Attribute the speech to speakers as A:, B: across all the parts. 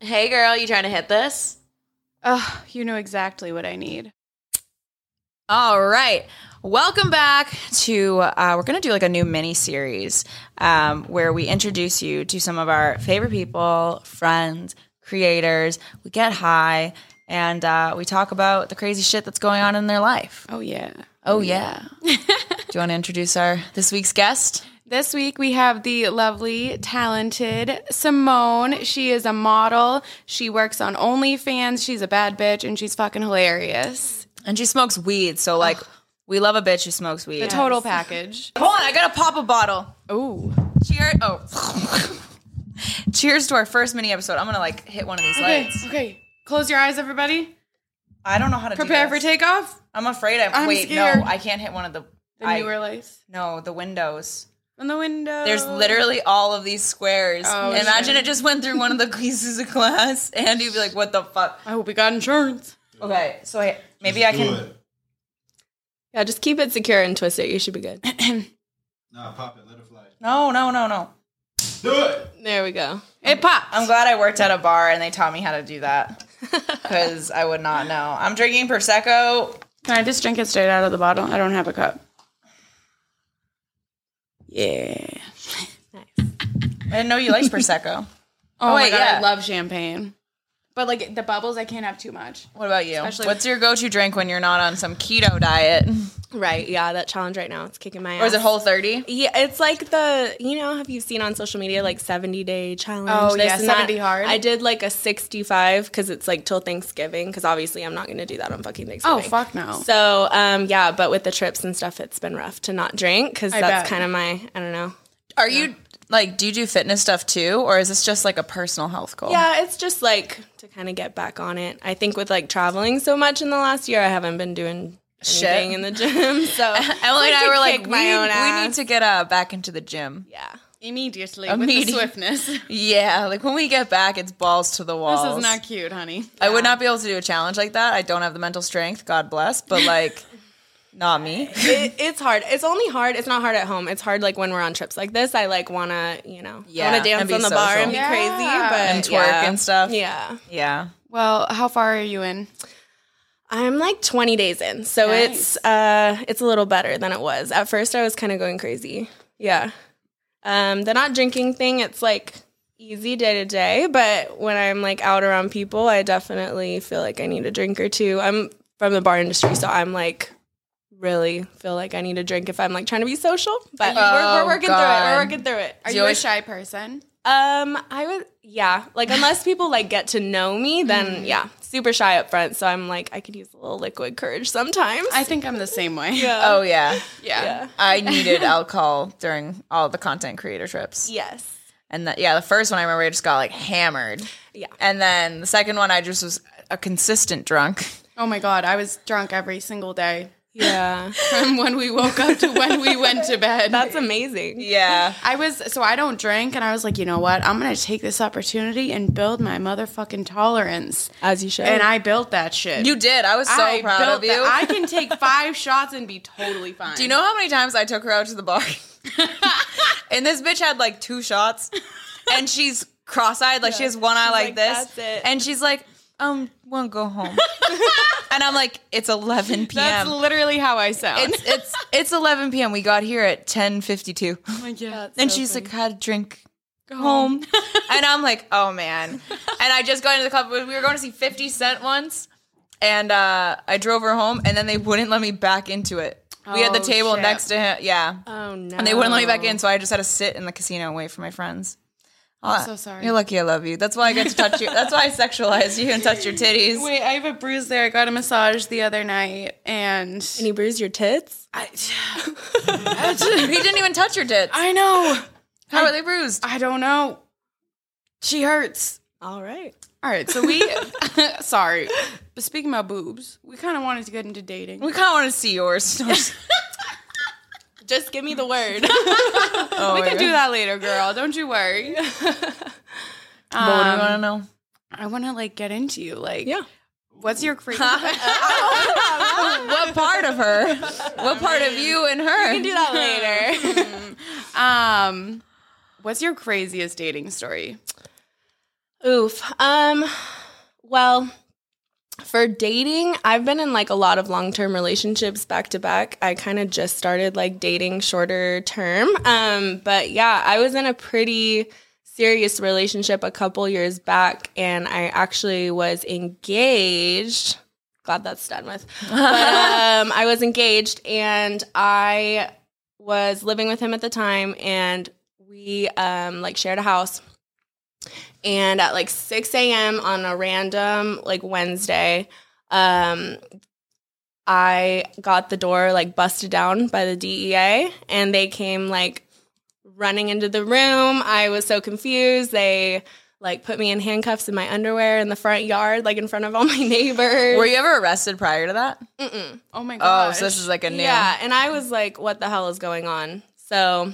A: Hey girl, you trying to hit this?
B: Oh, you know exactly what I need.
C: All right. Welcome back to uh, we're going to do like a new mini series um, where we introduce you to some of our favorite people, friends, creators. We get high and uh, we talk about the crazy shit that's going on in their life.
B: Oh, yeah.
C: Oh yeah. do you want to introduce our this week's guest?
B: This week we have the lovely, talented Simone. She is a model. She works on OnlyFans. She's a bad bitch and she's fucking hilarious.
C: And she smokes weed, so like we love a bitch who smokes weed.
B: The total package.
C: Hold on, I gotta pop a bottle.
B: Ooh.
C: Cheers! Oh, cheers to our first mini episode. I'm gonna like hit one of these
B: Okay,
C: lights.
B: okay. Close your eyes, everybody.
C: I don't know how to
B: Prepare
C: do
B: for
C: this.
B: takeoff.
C: I'm afraid I'm.
B: I'm
C: wait,
B: scared.
C: no, I can't hit one of the.
B: The
C: I-
B: newer lights
C: no, the windows.
B: on the window.
C: There's literally all of these squares.
B: Oh,
C: Imagine
B: shit.
C: it just went through one of the pieces of glass, and you'd be like, "What the fuck?"
B: I hope we got insurance.
C: Okay, so I, maybe
D: Just
C: I
D: do
C: can.
D: It.
E: Yeah, just keep it secure and twist it. You should be good.
D: Nah, pop it. Let it fly.
C: No, no, no, no.
D: Do it.
E: there we go.
B: It popped.
C: I'm glad I worked at a bar and they taught me how to do that because I would not know. I'm drinking prosecco.
B: Can I just drink it straight out of the bottle? I don't have a cup. Yeah.
C: I didn't know you liked prosecco.
B: Oh,
C: wait,
B: my God,
C: yeah.
B: I love champagne. But like the bubbles, I can't have too much.
C: What about you?
B: Especially-
C: What's your go-to drink when you're not on some keto diet?
E: Right. Yeah, that challenge right now. It's kicking my ass.
C: Or is it Whole 30?
E: Yeah, it's like the you know have you seen on social media like seventy day challenge?
B: Oh,
E: this
B: yeah,
E: and that?
B: 70 hard.
E: I did like a sixty five because it's like till Thanksgiving because obviously I'm not going to do that on fucking
B: Oh,
E: Thanksgiving.
B: fuck no.
E: So um yeah, but with the trips and stuff, it's been rough to not drink because
B: I
E: that's
B: bet.
E: kind of my I don't know.
C: Are you like do you do fitness stuff too or is this just like a personal health goal?
E: Yeah, it's just like to kind of get back on it. I think with like traveling so much in the last year, I haven't been doing
C: Shit.
E: anything in the gym. So
C: Emily and
E: I
C: I
E: did
C: were like,
E: kick
C: we,
E: my own
C: we need
E: ass.
C: to get uh, back into the gym.
E: yeah.
B: Immediately. With
C: Immediate-
B: the swiftness. this
C: Yeah, like when we get back, it's balls to the walls.
B: is not cute, honey.
C: I would not be able to do a challenge like that. I don't have the mental strength, God bless, but like, not me.
E: it, it's hard. It's only hard. It's not hard at home. It's hard like when we're on trips like this. I like wanna you know
C: Yeah,
E: yeah, wanna
C: and
E: dance
C: be
E: on the bar
C: social.
E: and be
B: Yeah.
E: crazy, but
C: And twerk
E: yeah.
C: and stuff.
E: Yeah,
C: Yeah.
B: Well, how far are you in?
E: I'm like 20 days in, so
B: Nice.
E: it's uh it's a little better than it was. At first, I was kind of going crazy. Yeah, um, the not drinking thing. It's like easy day to day, but when I'm like out around people, I definitely feel like I need a drink or two. I'm from the bar industry, so I'm like really feel like I need a drink if I'm like trying to be social. But we're,
C: Oh,
E: we're working through it.
C: God.
E: We're working through it.
B: Are
C: Do
B: you,
C: you
B: a
C: always-
B: shy person?
E: Um, I would, yeah. Like, unless people like get to know me, then yeah, super shy up front. So I'm like, I could use a little liquid courage sometimes.
B: I think I'm the same way.
E: yeah.
C: Oh, yeah.
B: Yeah.
E: yeah.
C: I needed alcohol during all the content creator trips.
E: Yes.
C: And that, yeah, the first one I remember I just got like hammered.
E: Yeah.
C: And then the second one I just was a consistent drunk.
B: Oh my God. I was drunk every single day
E: Yeah.
B: from when we woke up to when we went to bed.
E: That's amazing.
C: Yeah.
B: I was so I don't drink, and I was like, you know what? I'm gonna take this opportunity and build my motherfucking tolerance.
E: As you should.
B: And I built that shit.
C: You did. I was so
B: I
C: proud
B: built
C: of you.
B: that- I can take five shots and be totally fine.
C: Do you know how many times I took her out to the bar? and this bitch had like two shots and she's cross-eyed, like she has one eye like,
E: like,
C: this.
E: "That's it."
C: And she's like, um, wanna go home. and I'm like, it's eleven
B: That's
C: PM.
B: literally how I sound.
C: It's it's it's eleven PM. We got here at ten fifty two. And she's like, had a drink. Go home. and I'm like, oh man. And I just got into the club. We were going to see 50 Cent once. And uh, I drove her home, and then they wouldn't let me back into it. We had the
B: Oh,
C: table
B: shit.
C: next to him. Yeah.
E: oh no.
C: And they wouldn't let me back in, so I just had to sit in the casino and wait for my friends. I'm
B: so sorry.
C: You're lucky I love you. That's why I get to touch you. That's why I sexualize you and touch your titties.
B: Wait, I have a bruise there. I got a massage the other night, and
E: Can you bruise your tits?
B: I,
C: he didn't even touch your tits.
B: I know.
C: How are they bruised?
B: I don't know. She hurts.
E: All right.
B: All right, so we sorry, but speaking about boobs, we kind of wanted to get into dating.
C: We kind of want to see yours.
E: Just give me the word.
C: oh,
B: we can do that later, girl. Don't you worry.
C: But what do Um, you want to know?
B: I want to like get into you. Like,
E: Yeah.
B: What's your crazy?
C: what part of her? What part of you and her?
E: Do that later.
B: um, what's your craziest dating story?
E: Oof. Um well, for dating, I've been in like a lot of long-term relationships back to back. I kind of just started like dating shorter term. Um but yeah, I was in a pretty serious relationship a couple years back and I actually was engaged. Glad that's done with. But, um I was engaged and I was living with him at the time and we um like shared a house and at like 6 a.m on a random like wednesday um i got the door like busted down by the dea and they came like running into the room i was so confused they like put me in handcuffs in my underwear in the front yard like in front of all my neighbors
C: Were you ever arrested prior to that?
B: Oh my
C: Oh,
B: gosh.
C: so this is like a new.
E: yeah, and I was like, what the hell is going on? So,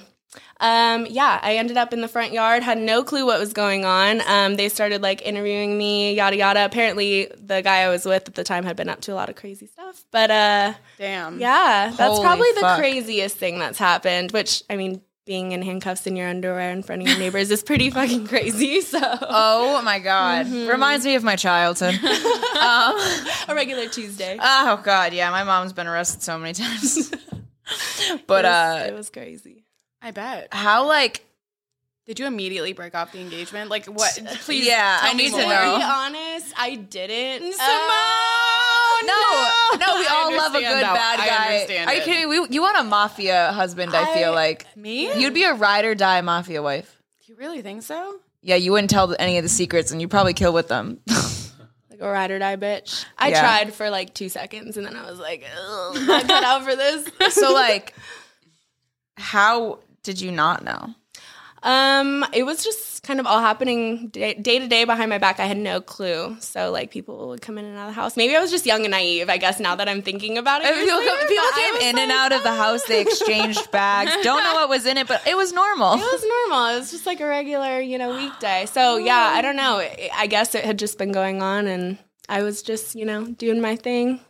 E: um, yeah, I ended up in the front yard, had no clue what was going on. Um, they started like interviewing me, yada yada. Apparently, the guy I was with at the time had been up to a lot of crazy stuff. But uh,
B: Damn.
E: yeah, that's
C: Holy
E: probably the
C: fuck.
E: craziest thing that's happened, which, I mean, being in handcuffs in your underwear in front of your neighbors is pretty fucking crazy. So,
C: Oh my god! Reminds me of my childhood.
E: a regular Tuesday.
C: oh god, yeah. My mom's been arrested so many times. but
E: it
C: uh,
E: was crazy.
B: I bet.
C: how like
B: Did you immediately break off the engagement? Like what? Please.
C: Yeah,
B: tell
C: I
B: me
C: need to
B: more.
E: To
C: know.
E: be honest, I didn't.
C: Simone! Uh, No, no, we
B: I
C: all love a good
B: understand that.
C: bad
B: I
C: guy.
B: understand
C: Are you
B: it.
C: kidding? We, you want a mafia husband? I, feel
E: I-
C: like
B: Me?
C: you'd be a ride or die mafia wife.
B: You really think so?
C: Yeah, you wouldn't tell any of the secrets, and you probably kill with them.
E: like a ride or die bitch. I
C: Yeah.
E: tried for like two seconds and then I was like, Ugh, I'm not cut out for this.
C: so like, how did you not know?
E: Um, it was just kind of all happening day day to day behind my back. I had no clue. So like people would come in and out of the house. Maybe I was just young and naive. I guess now that I'm thinking about it,
C: If
E: years
C: People,
E: later,
C: come- people
E: but I
C: came
E: was
C: in and
E: like,
C: out of the
E: "Ah."
C: house. They exchanged bags. Don't know what was in it, but it was normal.
E: It was normal. It was just like a regular, you know, weekday. So yeah, I don't know. I- I guess it had just been going on, and I was just, you know, doing my thing.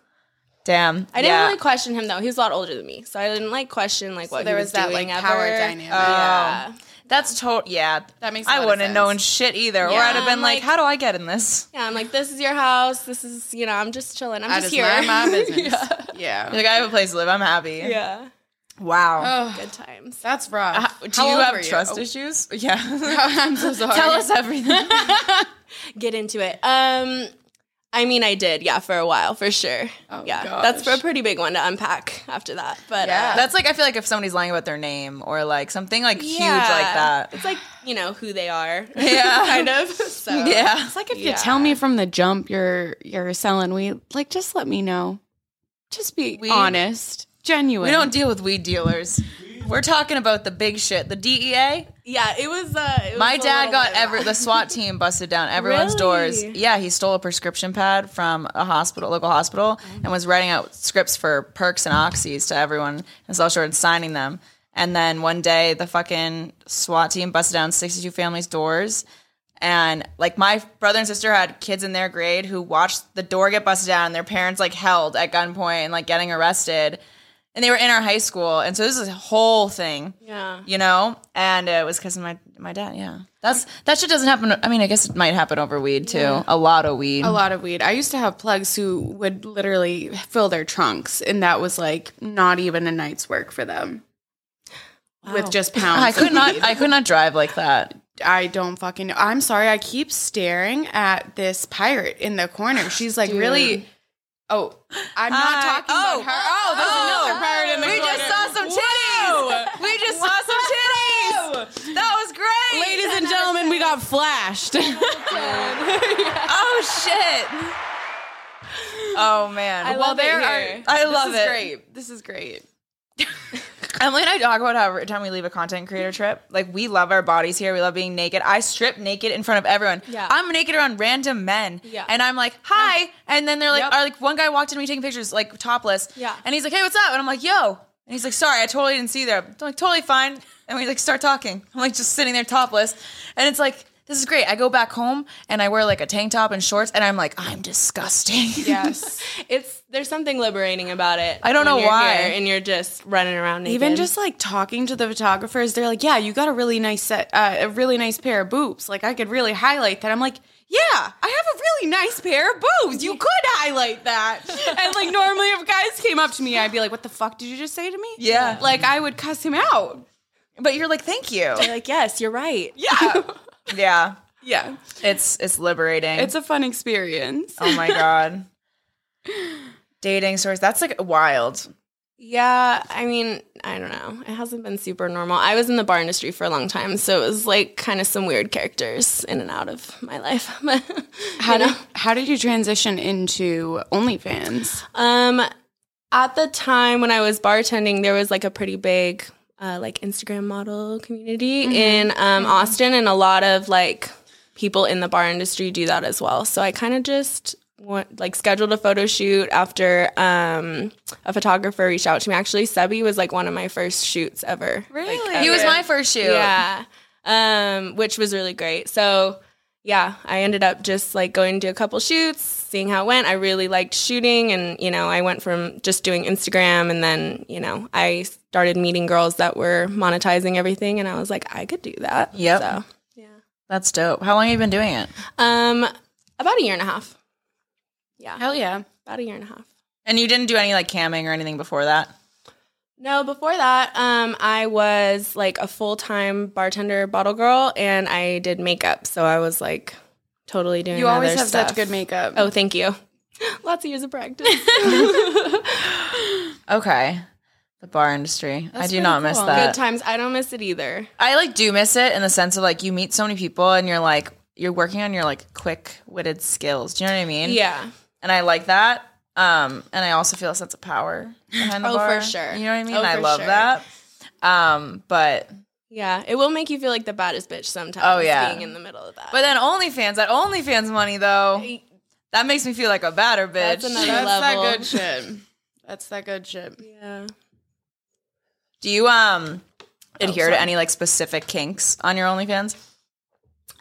C: Damn.
E: I didn't
C: yeah.
E: really question him though. He was a lot older than me, so I didn't like question like what
B: there
E: he
B: was
E: was,
B: that,
E: doing
B: like, uh,
E: ever.
B: power dynamic.
E: Yeah.
C: Oh. That's total. Yeah.
B: That makes a lot
C: I
B: of
C: wouldn't have
B: sense.
C: known shit either, or
E: Yeah.
C: I'd have been like,
E: Like-
C: "How do I get in this?"
E: Yeah, I'm like, this is your house. This is, you know, I'm just chilling. I'm
B: I just
E: just here.
B: mind my business. yeah.
C: Like I have a place to live. I'm happy.
E: yeah.
C: Wow.
B: Oh,
E: Good times.
B: that's rough.
E: Oh.
C: Do
B: How
C: you
B: old were
C: have trust issues? Yeah.
B: I'm so sorry.
C: Tell us everything.
E: Get into it. Um, I mean, I did, yeah, for a while, for sure.
B: Oh,
E: yeah,
B: gosh.
E: that's a pretty big one to unpack after that. But
B: Yeah.
E: uh,
C: That's like I feel like if somebody's lying about their name or like something like huge
E: yeah.
C: like that.
E: It's like you know who they are.
C: Yeah.
E: kind of. So
C: Yeah.
B: It's like if you
E: Yeah.
B: tell me from the jump you're you're selling weed, like just let me know. Just be
C: We-
B: honest, genuine.
C: We don't deal with weed dealers. We're talking about the big shit, the E DEA.
E: yeah, it was. Uh, it was
C: My
E: a
C: dad
E: little
C: got
E: bit of
C: every
E: that.
C: the SWAT team busted down everyone's doors.
E: Really?
C: Yeah, he stole a prescription pad from a hospital, local hospital,
E: Mm-hmm.
C: and was writing out scripts for perks and oxys to everyone in South Shore and signing them. And then one day, the fucking SWAT team busted down 62 families' doors. And like my brother and sister had kids in their grade who watched the door get busted down, and their parents like held at gunpoint and like getting arrested. And they were in our high school. And so this is a whole thing
E: Yeah.
C: you know and uh, it was because of my my dad yeah that's that shit doesn't happen i mean i guess it might happen over weed too a lot of weed
B: a lot of weed. I used to have plugs who would literally fill their trunks, and that was like not even a night's work for them. With just pounds.
C: i could not i could not drive like that
B: I don't fucking know. I'm sorry. I keep staring at this pirate in the corner. She's like,
E: Mm.
B: really? Oh, I'm not
C: I-
B: talking
C: oh.
B: about her. Oh, there's
C: Oh.
B: another pirate in the
C: we
B: corner.
C: just saw some titties we just saw some titties that was great
B: Ladies and gentlemen, we got flashed.
C: oh shit oh man
E: I
C: well
E: love it
C: there
E: here.
C: are i love
B: this is
C: it
B: great. This is great.
C: Emily and I talk about how every time we leave a content creator trip, like we love our bodies here. We love being naked. I strip naked in front of everyone.
E: Yeah.
C: I'm naked around random men.
E: Yeah.
C: And I'm like, hi. And then they're like,
B: Yep.
C: are like one guy walked in me taking pictures, like topless.
E: Yeah.
C: And he's like, hey, what's up? And I'm like, yo. And he's like, sorry, I totally didn't see you there. I'm like, totally fine. And we like start talking. I'm like just sitting there topless. And it's like, this is great. I go back home and I wear like a tank top and shorts, and I'm like, I'm disgusting.
B: Yes.
E: It's there's something liberating about it.
C: I don't
E: when
C: know
E: you're
C: why.
E: here and you're just running around naked.
B: Even just like talking to the photographers, they're like, "Yeah, you got a really nice set, uh, a really nice pair of boobs. Like I could really highlight that." I'm like, "Yeah, I have a really nice pair of boobs. You could highlight that." and like normally, if guys came up to me, I'd be like, "What the fuck did you just say to me?"
C: Yeah.
B: like I would cuss him out.
C: but you're like, thank you.
E: You're like, yes, you're right.
B: Yeah,
C: yeah,
B: yeah.
C: it's it's liberating.
B: It's a fun experience.
C: oh my god. Dating stories. That's like wild.
E: Yeah, I mean, I don't know. It hasn't been super normal. I was in the bar industry for a long time, so it was like kind of some weird characters in and out of my life. But,
B: How
E: you know.
B: did, how did you transition into OnlyFans?
E: Um, at the time when I was bartending, there was like a pretty big uh, like Instagram model community in um, Austin, and a lot of like people in the bar industry do that as well. So I kind of just went, like scheduled a photo shoot after um, a photographer reached out to me. Actually, Sebi was like one of my first shoots ever.
B: Really?
E: He was my
C: first shoot.
E: Yeah. Um, which was really great. So yeah, I ended up just like going to a couple shoots, seeing how it went. I really liked shooting and, you know, I went from just doing Instagram and then, you know, I started meeting girls that were monetizing everything and I was like, I could do that.
C: Yep.
E: So
C: That's dope. How long have you been doing it?
E: um about a year and a half. Oh, Yeah.
B: Hell yeah.
E: About a year and a half.
C: And you didn't do any like camming or anything before that?
E: No, before that, um, I was like a full time bartender, bottle girl, and I did makeup. So I was like totally doing.
B: You always
E: other
B: have
E: stuff.
B: such good makeup.
E: Oh, thank you. Lots of years of practice.
C: Okay. The bar industry. I do
B: pretty
C: not miss
B: cool.
E: good
C: that.
E: times. I don't miss it either.
C: I like do miss it in the sense of like you meet so many people and you're like you're working on your like quick witted skills. Do you know what I mean?
E: Yeah,
C: And I like that. Um, and I also feel a sense of power behind the
E: Oh, for
C: bar.
E: sure.
C: You know what I mean?
E: Oh,
C: I
E: for
C: love
E: sure.
C: that. Um, but
E: yeah. It will make you feel like the baddest bitch sometimes.
C: Oh, yeah.
E: being in the middle of that.
C: but then OnlyFans, that OnlyFans money though, that makes me feel like a badder bitch.
E: That's another-
B: That's
E: level.
B: that good shit. That's that good shit.
E: yeah,
C: Do you um
E: Oh,
C: adhere to any like specific kinks on your OnlyFans?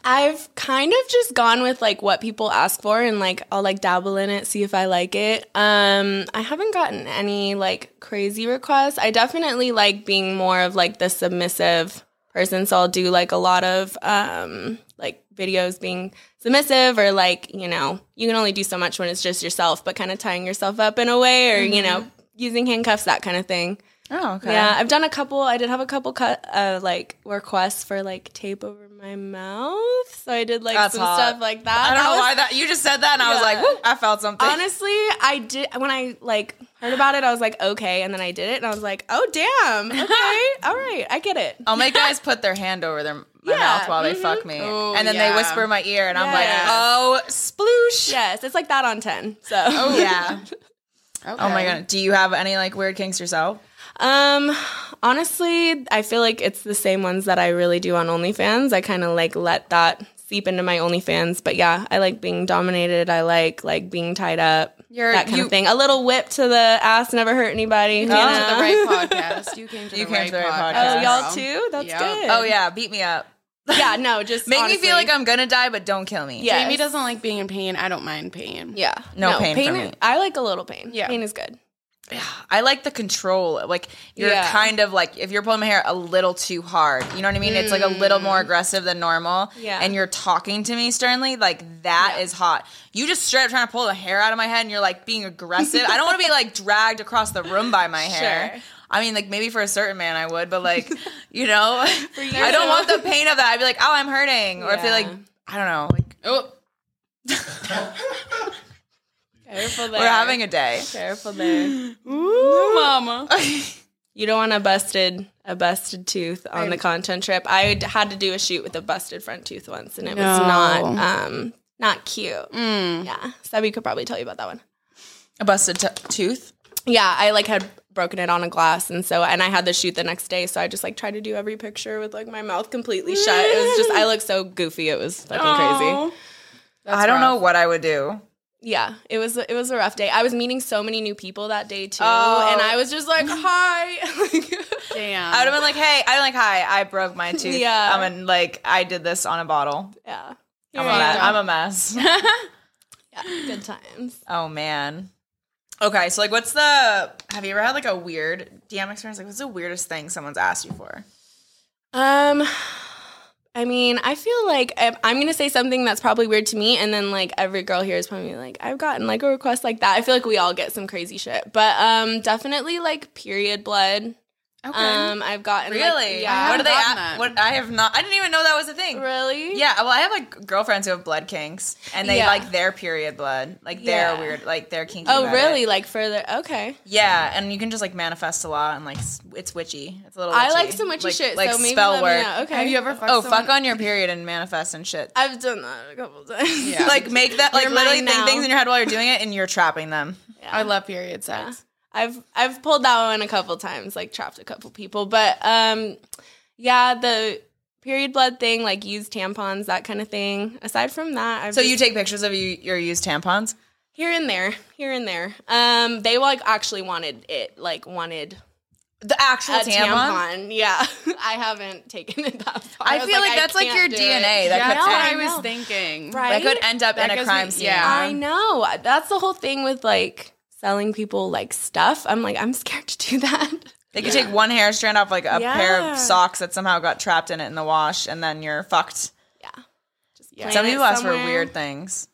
E: I've kind of just gone with like what people ask for, and like I'll like dabble in it, see if I like it. Um, I haven't gotten any like crazy requests. I definitely like being more of like the submissive person, so I'll do like a lot of um like videos being submissive or like you know you can only do so much when it's just yourself, but kind of tying yourself up in a way or you know using handcuffs that kind of thing.
C: Oh, okay.
E: Yeah, I've done a couple. I did have a couple cut uh, like requests for like tape over my mouth. So I did like
C: That's
E: some
C: hot.
E: stuff like that.
C: I don't
E: That
C: know
E: was-
C: why that you just said that and I was
E: Yeah.
C: like, Woo, I felt something.
E: Honestly, I did when I like heard about it. I was like, okay, and then I did it, and I was like, oh damn, okay, all right, I get it.
C: I'll make guys put their hand over their my mouth while they fuck
E: Mm-hmm.
C: me,
B: Oh,
C: and then
B: yeah.
C: they whisper in my ear, and I'm like,
E: Yes.
C: "Oh, sploosh!"
E: Yes, it's like that on ten. So
C: Yeah.
B: Okay.
C: Oh my god. Do you have any like weird kinks yourself?
E: Um, honestly, I feel like it's the same ones that I really do on OnlyFans. I kind of like let that seep into my OnlyFans, but yeah, I like being dominated. I like like being tied up,
B: You're-
E: that kind
B: you-
E: of thing. A little whip to the ass never hurt anybody. you
B: came
E: know?
B: to the right podcast. You came to
C: You
B: the,
C: came
B: right,
C: to the right
B: podcast.
E: Oh,
C: podcast.
E: y'all too? That's
B: Yep.
E: good.
C: Oh yeah, beat me up.
E: yeah. No, just
C: Make me feel like
E: honestly.
C: I'm gonna die, but don't kill me.
E: Yes.
B: Jamie doesn't like being in pain. I don't mind pain.
E: yeah.
C: No pain for me.
E: is- I like a little pain.
B: Yeah.
E: pain is good.
C: I like the control. Like you're
E: Yeah.
C: kind of like if you're pulling my hair a little too hard, you know what I mean? It's like a little more aggressive than normal.
E: Mm. Yeah.
C: And you're talking to me sternly, like that is hot. You just straight up trying to pull the hair out of my head and you're like being aggressive. I don't want to be like dragged across the room by my hair.
E: Sure.
C: I mean, like maybe for a certain man I would, but like, you know,
E: you.
C: I don't want the pain of that. I'd be like, oh, I'm hurting. Or if they
E: Yeah.
C: like, I don't know, like
B: Oh,
E: Careful there.
C: we're having a day.
E: careful there.
B: mama.
E: You don't want a busted a busted tooth on the content trip. I d- had to do a shoot with a busted front tooth once, and it was
B: No.
E: not um not cute.
B: Mm.
E: Yeah, Sebby could probably tell you about that one.
C: A busted t- tooth.
E: Yeah, I like had broken it on a glass, and so and I had the shoot the next day, so I just like tried to do every picture with like my mouth completely shut. It was just I looked so goofy. It was fucking crazy.
B: Aw. That's
C: I don't
B: rough.
C: know what I would do.
E: Yeah, it was it was a rough day. I was meeting so many new people that day too,
C: Oh.
E: and I was just like, "Hi."
B: Damn.
C: I would have been like, hey, I like, hi, I broke my tooth.
E: Yeah.
C: I'm in, like, I did this on a bottle.
E: Yeah.
C: I'm,
E: Here
C: a
E: I
C: me- I'm a mess.
E: am. Good times.
C: oh, man. Okay, so like, what's the, have you ever had like a weird DM experience? Like, what's the weirdest thing someone's asked you for?
E: Um, I mean, I feel like I'm, I'm gonna say something that's probably weird to me, and then like every girl here is probably like, I've gotten like a request like that. I feel like we all get some crazy shit, but um, definitely like period blood. Um, I've gotten like-
C: Really?
E: yeah,
C: What do they
B: gotten
C: a-
B: that.
C: What I have not. I didn't even know that was a thing.
E: really?
C: Yeah. Well, I have like girlfriends who have blood kinks, and they
E: Yeah.
C: like their period blood, like they're
E: Yeah.
C: weird, like they're kinky.
E: Oh,
C: about
E: really?
C: it.
E: Like further? Okay.
C: Yeah, and you can just like manifest a lot, and like s- it's witchy. It's a little.
E: I
C: witchy.
E: like some witchy
C: like,
E: shit.
C: Like
E: so maybe
C: spell
E: let me
C: work.
E: know. Okay.
B: Have you ever fucked
C: Oh,
B: someone?
C: fuck on your period and manifest and shit.
E: I've done that a couple times.
B: Yeah.
C: Like make that like
E: You're
C: literally
E: mine
C: think
E: now.
C: things in your head while you're doing it, and you're trapping them.
B: I love period sex.
E: I've I've pulled that one a couple times, like trapped a couple people. But um yeah, the period blood thing, like used tampons, that kind of thing. Aside from that, I've
C: So
E: just-
C: you take pictures of you, your used tampons.
E: here and there, here and there. Um they like actually wanted it, like wanted
C: The actual
E: a tampon. Yeah. I haven't taken it that far.
C: I,
E: was
C: feel like, that's like
E: can't
C: your
E: do
C: DNA.
E: it.
C: That
B: Yeah,
C: could
B: that's what
C: end-
B: I was
E: know.
B: thinking.
C: That
E: Right?
C: could end up
B: That
C: in a
B: gives
C: crime
B: me-
C: scene.
B: yeah.
E: I know. That's the whole thing with like selling people like stuff. I'm like, I'm scared to do that.
C: They could take one hair strand off like a pair
E: Yeah.
C: of socks that somehow got trapped in it in the wash, and then you're fucked.
E: Just
B: Yeah.
C: Some
E: plant it
C: people ask for
E: somewhere.
C: weird things.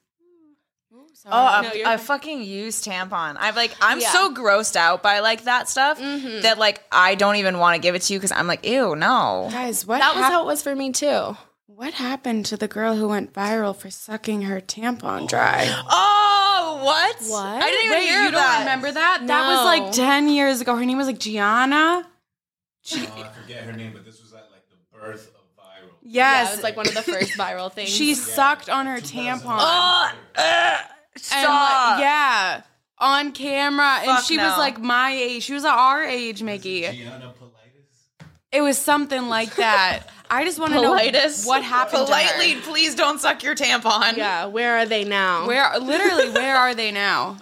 B: Sorry.
C: Oh, a,
E: No, you're
C: a
E: fine.
C: fucking used tampon. I'm like, I'm
E: Yeah.
C: so grossed out by like that stuff
B: Mm-hmm.
C: that like I don't even want to give it to you because I'm like, ew, no.
B: guys, what
E: That was
B: hap-
E: how it was for me too.
B: what happened to the girl who went viral for sucking her tampon dry?
C: Oh, what?
E: What?
C: I didn't even
B: Wait,
C: hear
B: you
C: that.
B: don't remember that? That was
E: No.
B: like ten years ago. Her name was like Gianna.
D: Oh, I forget her name, but this was at like the birth of viral.
E: Yeah,
B: Yes,
E: it was like one of the first viral things.
B: she sucked on her tampon.
C: Oh, uh,
B: and
C: stop.
B: like, yeah, on camera, and
C: Fuck
B: she
C: no.
B: was like my age. She was our age, Mickey.
D: Gianna Politis.
B: It was something like that. I just want to know
C: Politis.
B: what happened.
C: Politely,
B: to her.
C: please don't suck your tampon.
E: yeah, where are they now?
B: where literally where are they now?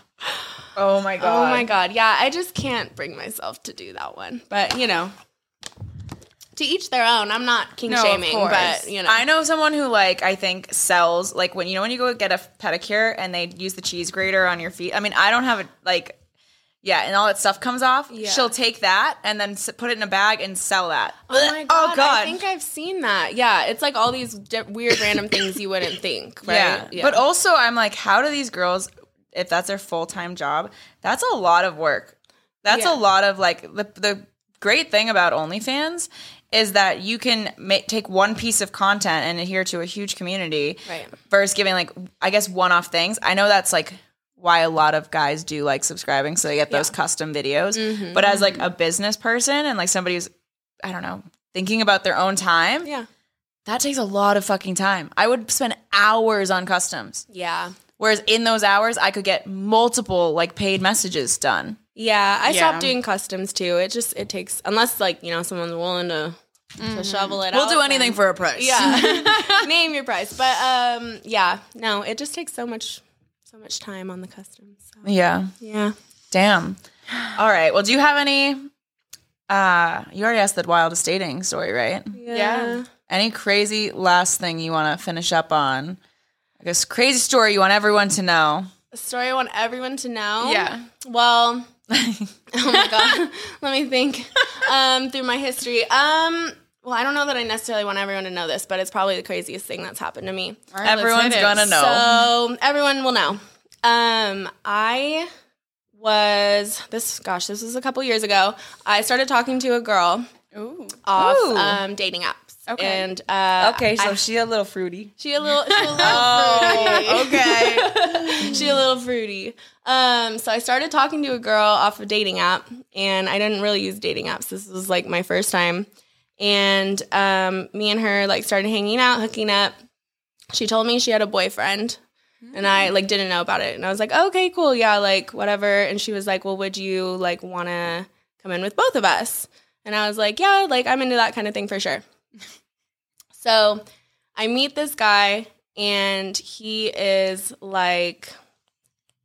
C: Oh my
E: Oh
C: god.
E: my god. Yeah, I just can't bring myself to do that one. But you know, to each their own. I'm not king
B: No, of
E: shaming,
B: course.
E: but you know,
C: I know someone who like I think sells like when you know when you go get a pedicure and they use the cheese grater on your feet. I mean, I don't have a like yeah, and all that stuff comes off.
E: Yeah.
C: She'll take that and then s- put it in a bag and sell that.
E: Oh my god,
C: Oh god.
E: I think I've seen that. Yeah, it's like all these di- weird, random things you wouldn't think. Right?
C: yeah. But also I'm like how do these girls if that's their full-time job, that's a lot of work. That's
E: Yeah.
C: a lot of like the the great thing about OnlyFans is that you can ma- take one piece of content and adhere to a huge community.
E: Right.
C: versus giving like I guess one off things. I know that's like why a lot of guys do like subscribing so they get those custom videos.
E: Mm-hmm.
C: But as like a business person and like somebody who's I don't know, thinking about their own time,
E: yeah,
C: that takes a lot of fucking time. I would spend hours on customs.
E: yeah,
C: Whereas in those hours I could get multiple like paid messages done.
E: yeah. I
B: Yeah.
E: stopped doing customs too. It just it takes unless like you know someone's willing to to shovel it. out, then-
C: for a price.
E: Yeah. Name your price. But um yeah, no, it just takes so much so much time on the customs. So.
C: Yeah.
E: Yeah.
C: Damn. All right. Well, do you have any uh you already asked that wildest dating story, right?
E: Yeah.
C: Any crazy last thing you want to finish up on? I guess crazy story you want everyone to know.
E: A story I want everyone to know.
B: Yeah.
E: Well, oh my god. Let me think. Um through my history. Um well, I don't know that I necessarily want everyone to know this, but it's probably the craziest thing that's happened to me.
B: All right, let's
C: Everyone's
B: hit it.
C: gonna know.
E: So everyone will know. Um, I was this. Gosh, this was a couple years ago. I started talking to a girl
B: Ooh.
E: off
C: Ooh.
E: um, dating apps.
B: Okay.
E: And uh, I-
C: she a little fruity.
E: she a little, she a little
C: Oh, okay.
E: fruity. She a little fruity. Um, so I started talking to a girl off a dating app, and I didn't really use dating apps. This was like my first time, and um, me and her like started hanging out, hooking up. She told me she had a boyfriend, and I like didn't know about it. And I was like, okay, cool, yeah, like whatever. And she was like, well, would you like want to come in with both of us? And I was like, yeah, like I'm into that kind of thing for sure. So I meet this guy, and he is like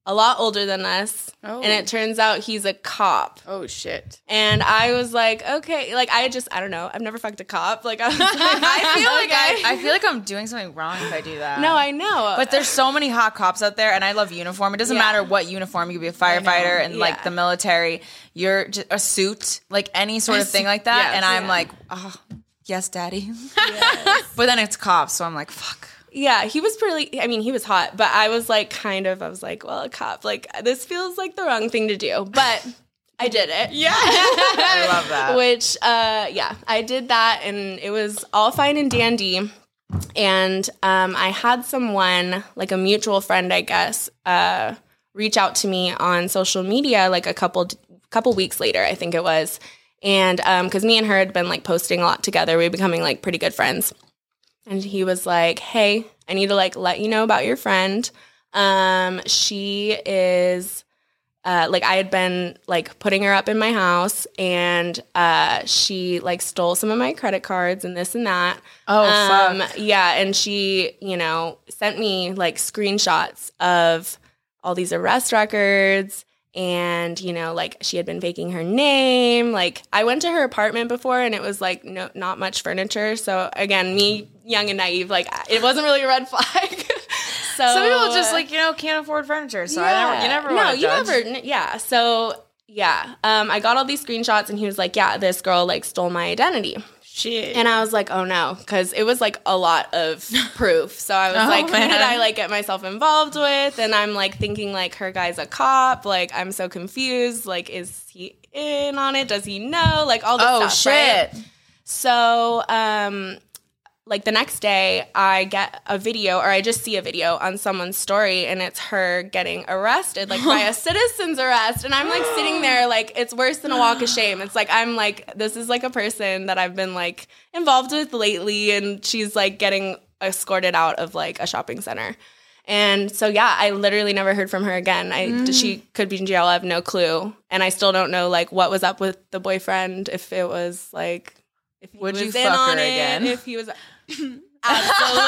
E: a lot older than us.
B: Oh.
E: And it turns out he's a cop.
B: Oh shit.
E: And I was like, okay, like I just I don't know. I've never fucked a cop. Like I was like,
C: I feel like
E: okay.
C: I, I feel like I'm doing something wrong if I do that.
E: No, I know.
C: But there's so many hot cops out there, and I love uniform. It doesn't
E: Yeah.
C: matter what uniform. You could be a firefighter and like
E: yeah.
C: the military. You're ju- a suit, like any sort of thing like that.
B: yes.
C: and I'm like, oh, yes, daddy. but then it's cops, so I'm like, fuck.
E: Yeah, he was pretty. I mean, he was hot, but I was like, kind of. I was like, well, a cop. Like this feels like the wrong thing to do, but I did it. Yeah,
C: I love that.
E: Which, uh, yeah, I did that, and it was all fine and dandy. And um, I had someone, like a mutual friend, I guess, uh, reach out to me on social media, like a couple couple weeks later, I think it was. And because me and her had been like posting a lot together, we were becoming like pretty good friends and he was like, "Hey, I need to like let you know about your friend. Um, she is uh, like I had been like putting her up in my house, and uh, she like stole some of my credit cards and this and that.
C: Oh,
E: Um,
C: fuck.
E: yeah, and she you know sent me like screenshots of all these arrest records." And you know, like she had been faking her name. Like I went to her apartment before, and it was like no, not much furniture. So again, me young and naive, like it wasn't really a red flag. so
C: Some people just like you know can't afford furniture, so I never, you never.
E: Uh, no,
C: wanna
E: you
C: judge.
E: never. n- Yeah. So yeah, um, I got all these screenshots, and he was like, "Yeah, this girl like stole my identity,"
B: Shit.
E: and I was like, "Oh no," because it was like a lot of proof. So I was like, "Who did
C: Oh, man.
E: I like get myself involved with?" And I'm like thinking like, "Her guy's a cop." Like I'm so confused. Like, is he in on it? Does he know? Like all this
C: Oh
E: stuff, right?
C: shit!
E: So, um, like the next day, I get a video, or I just see a video on someone's story, and it's her getting arrested, like by a citizen's arrest. And I'm like sitting there, like it's worse than a walk of shame. It's like I'm like this is like a person that I've been like involved with lately, and she's like getting escorted out of like a shopping center. And so yeah, I literally never heard from her again. I she could be in jail. I have no clue, and I still don't know like what was up with the boyfriend. If it was like, if he
C: Would
E: was
C: you
E: in
C: fuck
E: on
C: her
E: it,
C: again?
E: if he was absolutely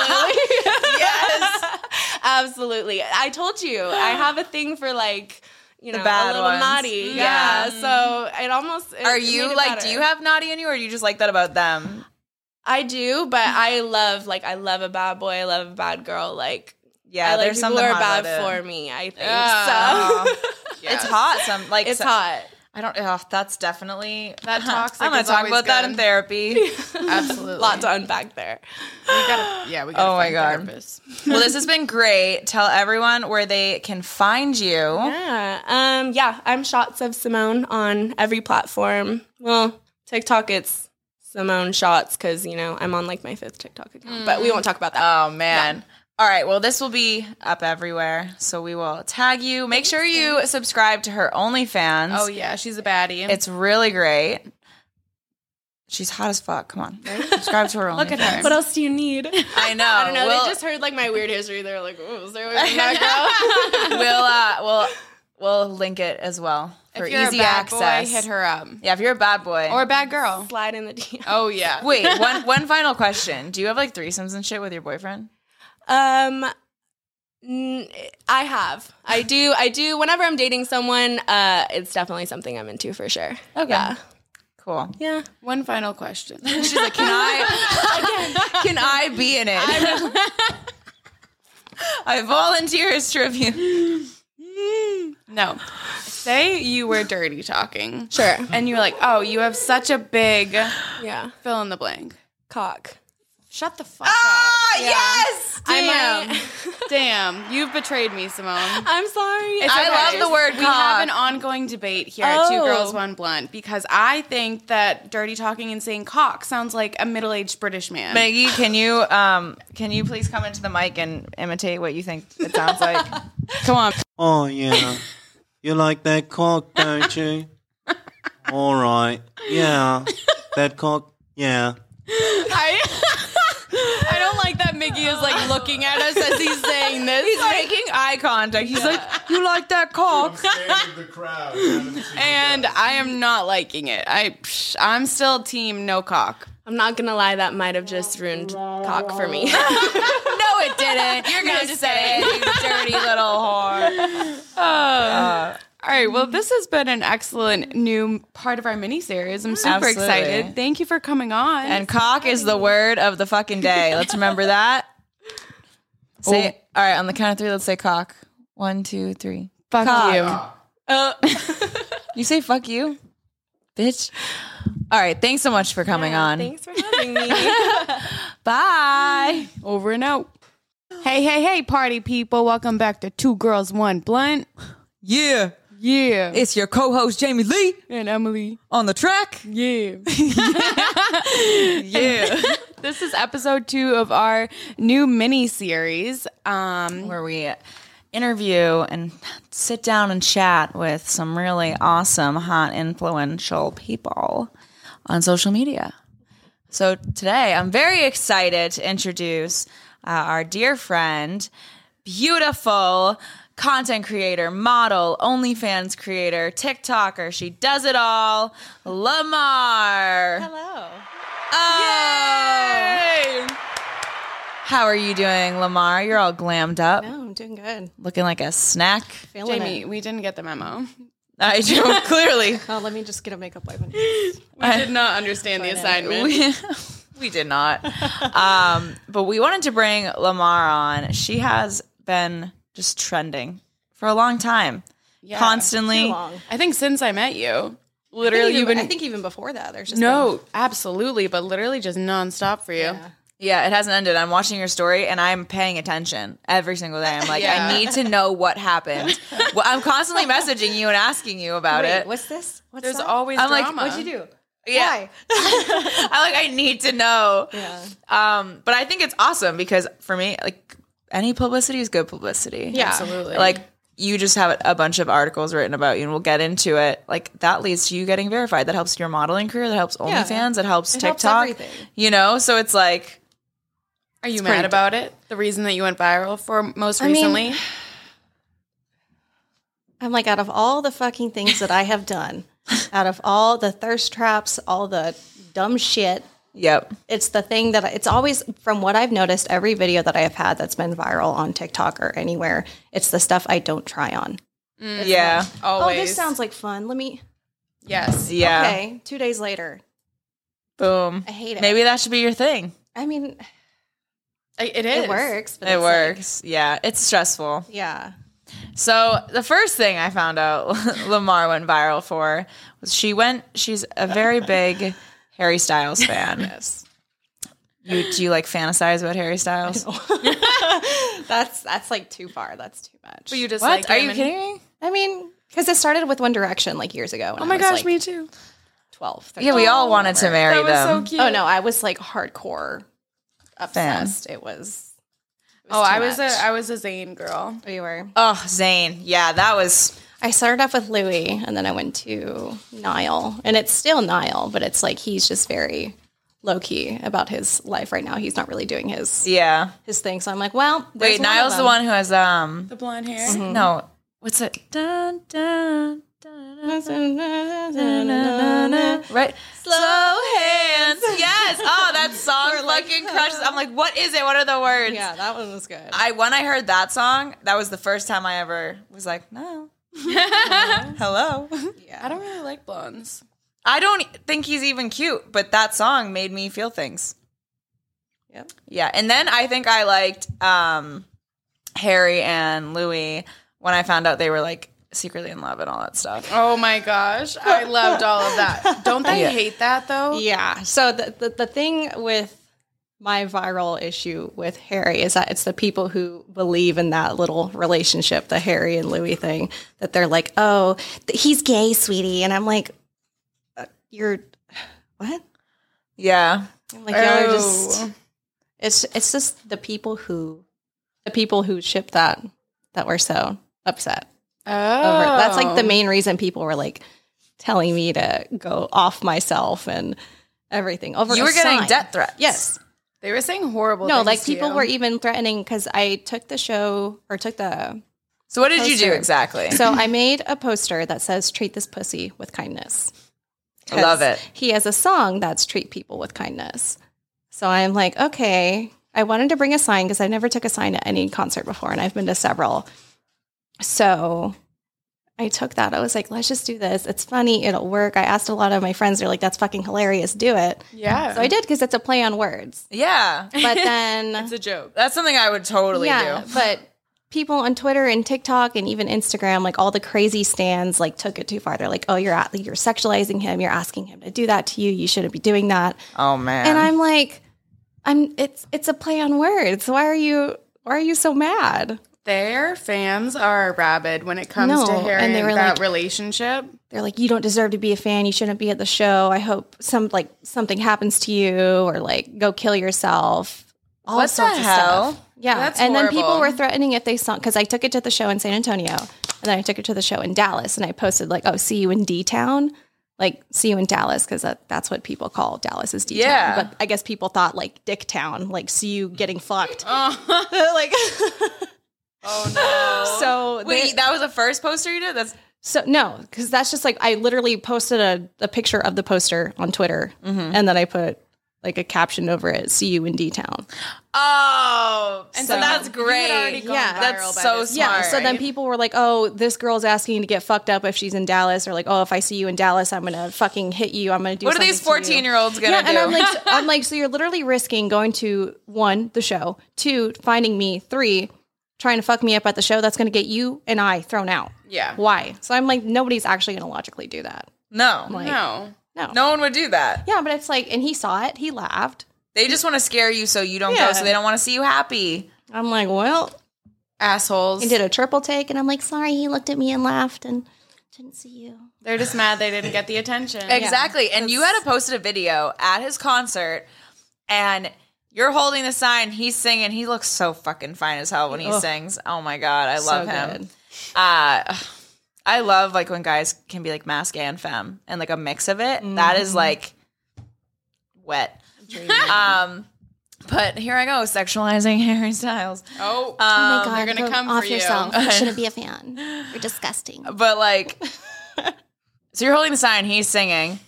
E: yes, absolutely. I told you I have a thing for like you know
C: bad
E: a little
C: ones. Mm.
E: naughty. Yeah, so it almost it-
C: Are
E: it made
C: you
E: it
C: like?
E: better.
C: Do you have naughty in you, or do you just like that about them?
E: I do, but I love like I love a bad boy. I love a bad girl. Like
C: Yeah,
E: I like
C: there's
E: people
C: something
E: who are
C: hot
E: bad
C: about it.
E: for me. I think
C: Yeah.
E: so.
C: It's hot. Some like
E: it's
C: so-
E: hot.
C: I don't. Oh, that's definitely
B: That toxic
C: I'm gonna
B: is
C: talk
B: always
C: about that in
B: good.
C: therapy.
B: Absolutely.
E: A lot to unpack there.
B: We gotta, yeah, we gotta
C: Oh my
B: find
C: God.
B: therapists.
C: well, this has been great. Tell everyone where they can find you.
E: Yeah. Um. Yeah. I'm shots of Simone on every platform. Well, TikTok it's Simone shots because you know I'm on like my fifth TikTok account, but we won't talk about that.
C: Oh man. All right, well, this will be up everywhere, so we will tag you. Make sure you subscribe to her OnlyFans.
B: Oh yeah, she's a baddie.
C: It's really great. She's hot as fuck. Come on, subscribe to her OnlyFans. Look at
E: what else do you need? I
C: I know.
E: don't know.
C: We'll-
E: they just heard like my weird history. They're like, "Oh, is there a way to that girl?"
C: we'll uh, we'll we'll link it as well for
B: if you're
C: easy
B: a bad
C: access.
B: boy, hit her up.
C: Yeah, if you're a bad boy
B: Or a bad girl.
E: Slide in the DM.
B: Oh yeah.
C: Wait, one one final question. Do you have like threesomes and shit with your boyfriend?
E: Um, n- I have. I do. I do. Whenever I'm dating someone, uh, it's definitely something I'm into for sure.
C: Okay.
E: Yeah.
C: Cool.
E: Yeah.
B: One final question.
C: She's like, can I can I be in it? I volunteer as tribute.
B: No. Say you were dirty talking.
E: Sure.
B: And you were like, oh, you have such a big
E: Yeah.
B: fill in the blank.
E: Cock.
B: Shut the fuck
C: Ah,
B: up.
C: yes.
E: I
B: Damn.
E: might-
B: Damn. You've betrayed me, Simone.
E: I'm sorry.
C: I love the word
B: We have an
C: cock.
B: ongoing debate here at Two
E: Oh.
B: Girls One Blunt because I think that dirty talking and saying cock sounds like a middle aged British man.
C: Maggie, can you um can you please come into the mic and imitate what you think it sounds like?
B: Come on.
F: Oh yeah. you like that cock, don't you? All right. Yeah. That cock. Yeah.
B: I, I don't like that Mickey is like looking at us as he's saying this.
C: He's making eye contact. He's like, "You like that cock?"
D: Scared of the crowd. trying to see
B: and I am not liking it. I psh, I'm still team no cock.
E: I'm not gonna lie. That might have just ruined cock for me.
C: No, it didn't. You're gonna say it, you dirty little whore.
B: right. Well, this has been an excellent new part of our mini series. I'm super
C: Absolutely.
B: excited. Thank you for coming on.
C: And cock is the word of the fucking day. Let's remember that. Say
B: Oh.
C: all right on the count of three. Let's say cock. One, two, three.
B: fuck
C: cock.
B: you.
G: Uh,
E: Oh.
C: You say fuck you, bitch. All right. Thanks so much for coming on.
G: thanks for having me.
C: Bye.
B: Over and out. Hey, hey, hey, party people. Welcome back to Two Girls, One Blunt.
C: Yeah,
B: Yeah.
C: it's your co-host Jamie Lee
B: and Emily.
C: on the track.
B: Yeah.
C: Yeah,
B: this is episode two of our new mini series. Um,
C: where we interview and sit down and chat with some really awesome, hot, influential people on social media. So today, I'm very excited to introduce uh, our dear friend, beautiful content creator, model, OnlyFans creator, TikToker. She does it all, Lamar. Hello. Oh. How are you doing, Lamar? You're all glammed up,
E: Oh, I'm doing good.
C: looking like a snack.
E: Feeling
B: Jamie,
E: it.
B: we didn't get the memo.
C: I do clearly.
E: Oh, let me just get a makeup wipe. on.
B: We did not understand the assignment.
C: We, we did not. Um, but we wanted to bring Lamar on. She has been just trending for a long time, constantly.
E: Too long.
B: I think since I met you, literally,
E: Even,
B: you've been.
E: I think even before that, there's just
B: no, absolutely, but literally just nonstop for you.
C: Yeah, it hasn't ended. I'm watching your story and I'm paying attention every single day. I'm like,
B: Yeah.
C: I need to know what happened. well, I'm constantly messaging you and asking you about
E: Been, wait,
C: it.
E: what's this? What's
B: There's
E: that?
B: always
C: I'm like,
B: drama.
E: What'd you do?
C: Yeah. I like I need to know.
E: Yeah.
C: Um, but I think it's awesome because for me, like any publicity is good publicity.
E: Yeah. Absolutely.
C: Like you just have a bunch of articles written about you, and we'll get into it. Like that leads to you getting verified. That helps your modeling career. That helps OnlyFans. That helps
E: It helps
C: TikTok.
E: everything.
C: you know, so it's like
B: Are you mad
C: pretty-
B: about it? The reason that you went viral for most
E: mean-
B: recently?
E: I'm like, out of all the fucking things that I have done, out of all the thirst traps, all the dumb shit,
C: yep.
E: it's the thing that I- it's always from what I've noticed every video that I have had that's been viral on TikTok or anywhere it's the stuff I don't try on.
C: yeah.
B: Always.
E: Oh, this sounds like fun. Let me
B: Yes.
C: Yeah.
E: Okay, 2 days later.
C: Boom.
E: I hate it.
C: Maybe that should be your thing.
E: I mean,
B: I- It is.
E: it works, but
C: it
E: it's like-
C: works. yeah. It's stressful.
E: yeah.
C: So the first thing I found out Lamar went viral for was she went. She's a very big Harry Styles fan. yes. You do you like fantasize about Harry Styles? What?
E: That's that's like too far. That's too much.
B: You just like
C: Are
B: him
C: you
B: and-
C: kidding me?
E: I mean, because it started with One Direction like years ago. When
B: Oh my gosh,
E: like,
B: me too.
E: 12. 13.
C: Yeah, we all wanted to marry
B: That was
C: them.
B: so cute.
E: Oh no, I was like hardcore obsessed. It was. it
B: Oh,
E: too
B: I was
E: much.
B: a I was a Zane girl.
E: Oh, you were.
C: Oh, Zayn. Yeah, that was.
E: I started off with Louis, and then I went to Niall, and it's still Niall, but it's like he's just very low key about his life right now. He's not really doing his
C: Yeah.
E: his thing. So I'm like, well, there's
C: Wait, Niall's the one who has um.
B: The blonde hair.
E: Mm-hmm.
C: No, what's it? Dun, dun, dun, dun,
E: of them.
C: Right. Slow hands. Yes. Oh, that song fucking crushes. I'm like, what is it? What are the words?
E: Yeah, that one was good.
C: I when I heard that song, that was the first time I ever was like, no. Hello.
B: I don't really like blondes.
C: I don't think he's even cute, but that song made me feel things.
E: Yep.
C: Yeah. And then I think I liked um Harry and Louis when I found out they were like secretly in love and all that stuff.
B: Oh my gosh, I loved all of that. Don't they
C: Yeah.
B: hate that though?
E: Yeah. So the, the the thing with my viral issue with Harry is that it's the people who believe in that little relationship, the Harry and Louis thing, that they're like, "Oh, th- he's gay, sweetie," and I'm like, uh, "You're what?"
C: Yeah.
E: I'm like, "Y'all are
B: Oh.
E: just it's it's just the people who the people who ship that that were so upset
B: Oh.
E: over. That's like
C: Oh.
E: the main reason people were like telling me to go off myself and everything over.
C: You
E: a
C: were getting
E: sign.
C: debt threats.
E: Yes.
B: They were saying horrible.
E: No,
B: things
E: like
B: to
E: people
B: you.
E: were e- even threatening because I took the show or took the.
C: So what did you do
E: Poster.
C: exactly?
E: So I made a poster that says "Treat this pussy with kindness."
C: I love it.
E: He has a song that's "Treat people with kindness." So I'm like, okay. I wanted to bring a sign because I never took a sign at any concert before, and I've been to several. So I took that. I was like, let's just do this. It's funny. It'll work. I asked a lot of my friends. They're like, that's fucking hilarious. Do it.
B: Yeah.
E: So I did because it's a play on words.
C: Yeah.
E: But then,
B: it's a joke.
C: That's something I would totally
E: yeah,
C: do.
E: but people on Twitter and TikTok and even Instagram, like all the crazy stands, like took it too far. They're like, oh, you're at, you're sexualizing him. You're asking him to do that to you. You shouldn't be doing that.
C: Oh man.
E: And I'm like, I'm. It's it's a play on words. Why are you? Why are you so mad?
B: Their fans are rabid when it comes
E: No,
B: to Harry and,
E: and they were
B: that
E: like-
B: relationship.
E: they're like you don't deserve to be a fan you shouldn't be at the show i hope some like something happens to you or like go kill yourself all
C: What the
E: sorts of
C: hell?
E: stuff yeah
C: That's
E: and then people
C: horrible.
E: were threatening if they saw because i took it to the show in san antonio and then i took it to the show in dallas and i posted like oh see you in d-town like see you in dallas because that, that's what people call dallas is d-town
C: Yeah.
E: but i guess people thought like dick town like see you getting fucked like
C: oh
E: so
C: Wait,
E: they-
C: that was the first poster you did? That's
E: So no, because that's just like I literally posted a, a picture of the poster on Twitter,
C: Mm-hmm.
E: and then I put like a caption over it. See you in D Town.
C: Oh. And so,
E: So-
C: that's
B: You had already
C: great.
B: gone
E: Yeah.
B: viral
C: That's
B: by
C: so
B: this
C: smart.
E: Yeah. So then people were like, "Oh, this girl's asking to get fucked up if she's in Dallas," or like, "Oh, if I see you in Dallas, I'm gonna fucking hit you. I'm gonna do."
C: what are these 14 year olds gonna
E: Yeah,
C: do?
E: and I'm like, so- I'm like, so you're literally risking going to one the show, two finding me, three trying to fuck me up at the show. That's gonna get you and I thrown out.
B: Yeah.
E: Why? So I'm like, nobody's actually gonna logically do that.
C: no.
E: Like,
B: No.
E: no,
C: No one would do that.
E: Yeah, but it's like, and he saw it. He laughed.
C: They just want to scare you so you don't go,
E: Yeah.
C: so they don't want to see you happy.
E: I'm like, well,
B: Assholes.
E: he did a triple take, and I'm like, sorry, he looked at me and laughed and didn't see you.
B: They're just mad they didn't get the attention.
C: Exactly. and you had a posted a video at his concert and you're holding the sign, he's singing, he looks so fucking fine as hell when he sings. Oh my god, I love
E: so
C: him.
E: good.
C: Uh I love like when guys can be like mask and femme and like a mix of it. That
E: Mm-hmm.
C: is like wet. um but here I go, sexualizing Harry Styles.
B: Oh.
E: Oh my
C: Um,
E: god,
B: they're gonna
E: go
B: come
E: off
B: for you.
E: yourself. You shouldn't be a fan. You're disgusting.
C: But like, so you're holding the sign, he's singing.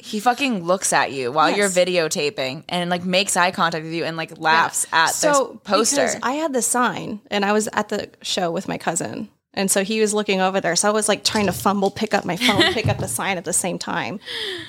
C: He fucking looks at you while you're
E: Yes.
C: videotaping and like makes eye contact with you and like laughs at
E: so
C: this poster.
E: because I had the sign, and I was at the show with my cousin, and so he was looking over there. So I was like trying to fumble, pick up my phone, pick up the sign at the same time,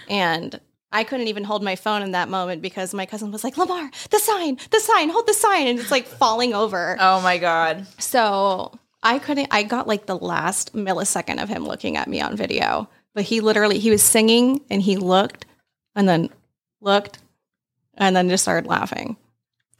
E: and. I couldn't even hold my phone in that moment because my cousin was like, Lamar, the sign, the sign, hold the sign. And it's like falling over.
C: oh my god.
E: So I couldn't, I got like the last millisecond of him looking at me on video, but he literally, he was singing and he looked and then looked and then just started laughing.